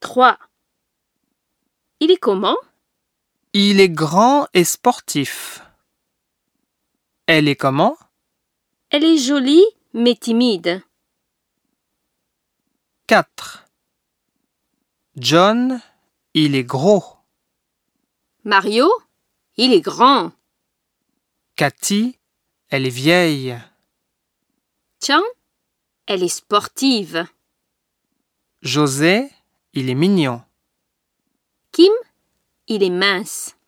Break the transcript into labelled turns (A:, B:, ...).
A: 3. Il est comment
B: Il est grand et sportif. Elle est comment
A: Elle est jolie mais timide.
B: 4. John, il est gros.
A: Mario, il est grand.
B: Cathy, elle est vieille.
A: Tiens, elle est sportive.
B: José, il est mignon.
A: Kim, il est mince.